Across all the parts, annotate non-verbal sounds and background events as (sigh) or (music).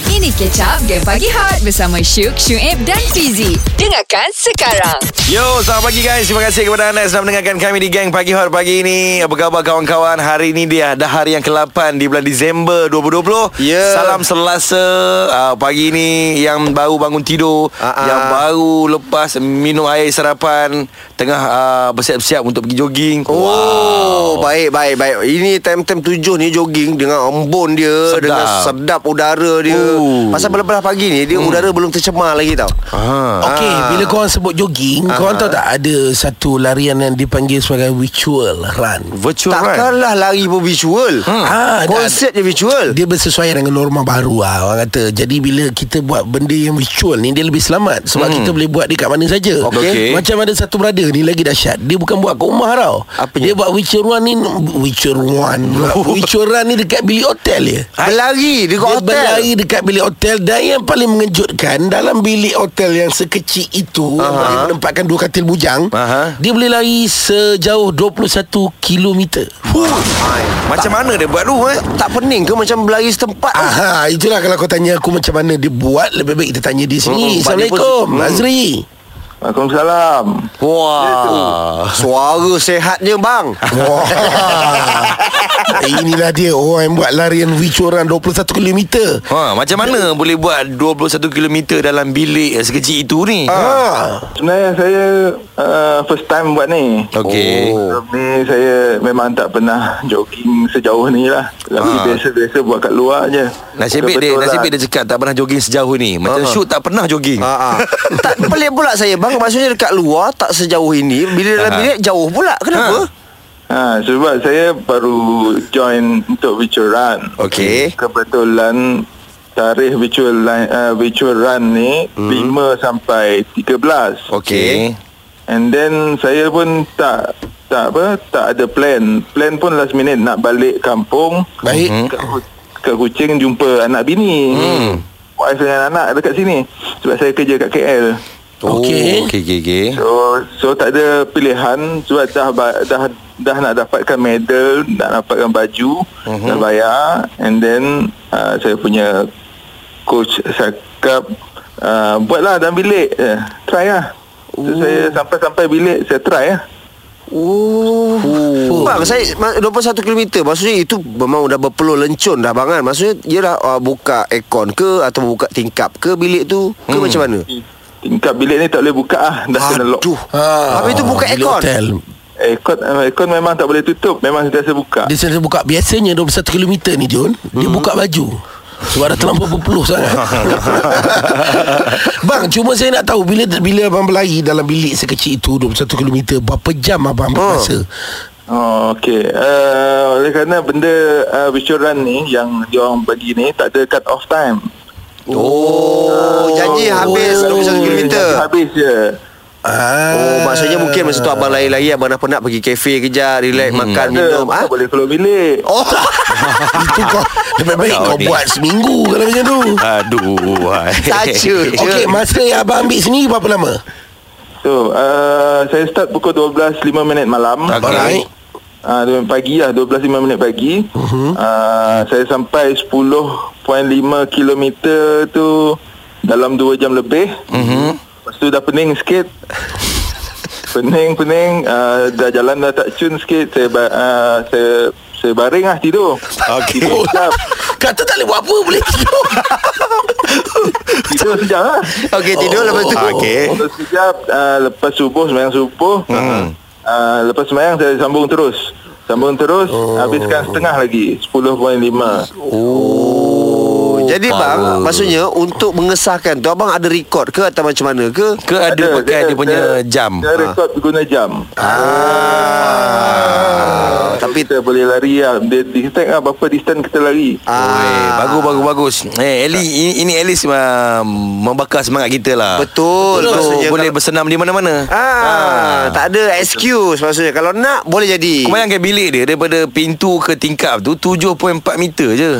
Ini Catch Up Game Pagi Hot bersama Syuk, Syuib dan Fizi. Dengarkan sekarang. Yo, selamat pagi guys. Terima kasih kepada anda yang sedang mendengarkan kami di Gang Pagi Hot pagi ini. Apa khabar kawan-kawan? Hari ini dia dah hari yang ke-8 di bulan Disember 2020. Ya. Salam selasa. Uh, pagi ini yang baru bangun tidur, Ah, ah. yang baru lepas minum air sarapan, tengah uh, bersiap-siap untuk pergi jogging. Oh, baik baik baik. Ini time-time tujuh ni jogging dengan embun dia, Sedap. dengan sedap udara dia. Ooh. Pasal belah-belah pagi ni dia udara belum tercemar lagi tau. Ah. Okey, Ah. bila korang sebut jogging, uh-huh. korang tahu tak ada satu larian yang dipanggil sebagai ritual run. Virtual run. Takkanlah lari pun visual. Hmm. Ah, Konsep je visual. Dia bersesuaian dengan norma baru lah Orang kata Jadi bila kita buat benda yang ritual ni Dia lebih selamat Sebab hmm. kita boleh buat dekat mana saja Okey. Macam ada satu brother ni lagi dahsyat Dia bukan buat kat rumah tau Apa Dia buat ritual run ni Ritual run Ritual run ni dekat bilik hotel je Berlari dekat Dia hotel. berlari dekat bilik hotel Dan yang paling mengejutkan Dalam bilik hotel yang sekecil itu Yang boleh menempatkan dua katil bujang Aha. Dia boleh lari sejauh 21 km Macam mana dia buat tu eh? Tak pening ke macam berlari setempat? Ah. Aha, itulah kalau kau tanya aku macam mana dia buat Lebih baik kita tanya dia Mm, mm, sini Assalamualaikum sebab dia pun- Azri (laughs) Waalaikumsalam. Wah. Suara sehatnya bang. Wah Eh, Inilah dia orang yang buat larian wicuran 21 km Ha, macam mana boleh buat 21 km dalam bilik eh, sekecil itu ni? Ah. ha. Sebenarnya saya uh, first time buat ni. Okey. Oh. Sebelum ni saya memang tak pernah jogging sejauh ni lah. Tapi Ah. biasa-biasa buat kat luar je. Nasib baik dia Kebetulan. Nasib baik dia cakap Tak pernah jogging sejauh ni Macam uh-huh. shoot tak pernah jogging uh-huh. (laughs) Ah, ah. tak pelik pula saya bang Maksudnya dekat luar Tak sejauh ini Bila dalam Ah. bilik Jauh pula Ha. Kenapa? Ha, sebab saya baru join untuk virtual run. Okey. Kebetulan tarikh virtual, line, uh, virtual run ni 5 sampai 13. Okay And then saya pun tak tak apa tak ada plan. Plan pun last minute nak balik kampung. Baik. Kat, Ku- kat Kuching jumpa anak bini. Hmm. Wife dengan anak dekat sini. Sebab saya kerja kat KL. oh, Okey. okay, okay, okay. So so tak ada pilihan sebab dah ba- dah dah nak dapatkan medal, nak dapatkan baju, uh-huh. dah bayar and then uh, saya punya coach cakap uh, buatlah dalam bilik. Uh, try lah. So, saya sampai-sampai bilik saya try lah. Oh. oh. Bang, saya ma- 21 km maksudnya itu memang dah berpeluh lencun dah bang kan. Maksudnya dia dah uh, buka aircon ke atau buka tingkap ke bilik tu ke hmm. macam mana? Tingkap bilik ni tak boleh buka ah Dah kena lock Aduh. Ah. ha. Habis tu buka Bilik aircon? hotel. Aircon, eh, aircon memang tak boleh tutup Memang sentiasa buka Dia selalu buka Biasanya 21 km ni Jun Dia buka baju sebab dah terlampau berpeluh sangat Bang cuma saya nak tahu Bila bila abang berlari Dalam bilik sekecil itu 21 km Berapa jam abang ambil masa Oh ok uh, Oleh kerana benda uh, Visual run ni Yang dia orang bagi ni Tak ada cut off time Oh, janji habis 21 km. Habis je Ah, Oh, maksudnya mungkin masa tu abang lari-lari abang dah penat pergi kafe kejap, relax hmm. makan minum. Tak Ah. boleh keluar bilik Oh. Itu kau Lebih baik Kau kau ni. buat seminggu Kalau macam tu Aduh hai. Saja. Okey masa yang abang ambil sini Berapa lama So uh, Saya start pukul 12.05 minit malam Okey. Alright. Ah, uh, pagi lah 12.05 minit pagi Mhm. uh-huh. uh, Saya sampai 10.5 km tu Dalam 2 jam lebih Mhm. uh-huh. Lepas tu dah pening (laughs) sikit Pening-pening uh, Dah jalan dah tak cun sikit Saya ba- uh, saya, saya baring lah tidur Okey. Tidur sejam Kata tak boleh buat apa Boleh (laughs) tidur Tidur sejam lah Okey, tidur oh. lepas tu. Okey. Tidur sejam uh, Lepas subuh Semayang subuh hmm. uh, Lepas semayang saya sambung terus Sambung terus oh. Habiskan setengah lagi 10.5 Jadi bang, maksudnya untuk mengesahkan tu abang ada rekod ke atau macam mana ke? Ke ada, ada pakai Eh, dia punya jam Ah, Dia rekod guna jam Ah. Tapi kita boleh lari lah Dia detect lah Berapa distance kita lari Oi, bagus bagus bagus. Eh Eli ini, ini at least uh, membakar semangat kita lah. Betul. Betul. Maksudnya boleh bersenam di mana-mana. Ah, tak ada excuse maksudnya. Kalau nak boleh jadi. Kau bayangkan bilik dia daripada pintu ke tingkap tu 7.4 meter je.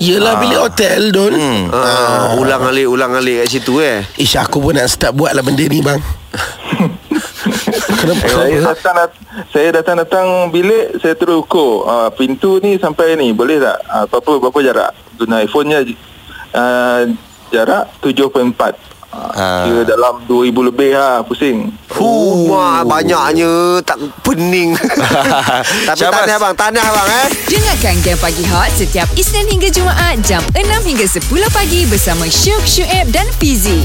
Yelah bilik hotel Don hmm. Ah, ulang alik ulang alik kat situ eh. Ish aku pun nak start buat lah benda ni bang Kenapa, (laughs) saya kenapa? datang saya datang datang bilik saya terus ukur uh, Ah, pintu ni sampai ni boleh tak uh, apa apa berapa jarak guna iPhone je uh, jarak 7.4. Ah. Ha. Kira dalam 2000 lebih lah pusing. Wah, banyaknya tak pening. Tapi Syabas. tahniah abang, tahniah abang eh. Dengarkan Game Pagi Hot setiap Isnin hingga Jumaat jam 6 hingga 10 pagi bersama Syuk, Syuib dan Fizi.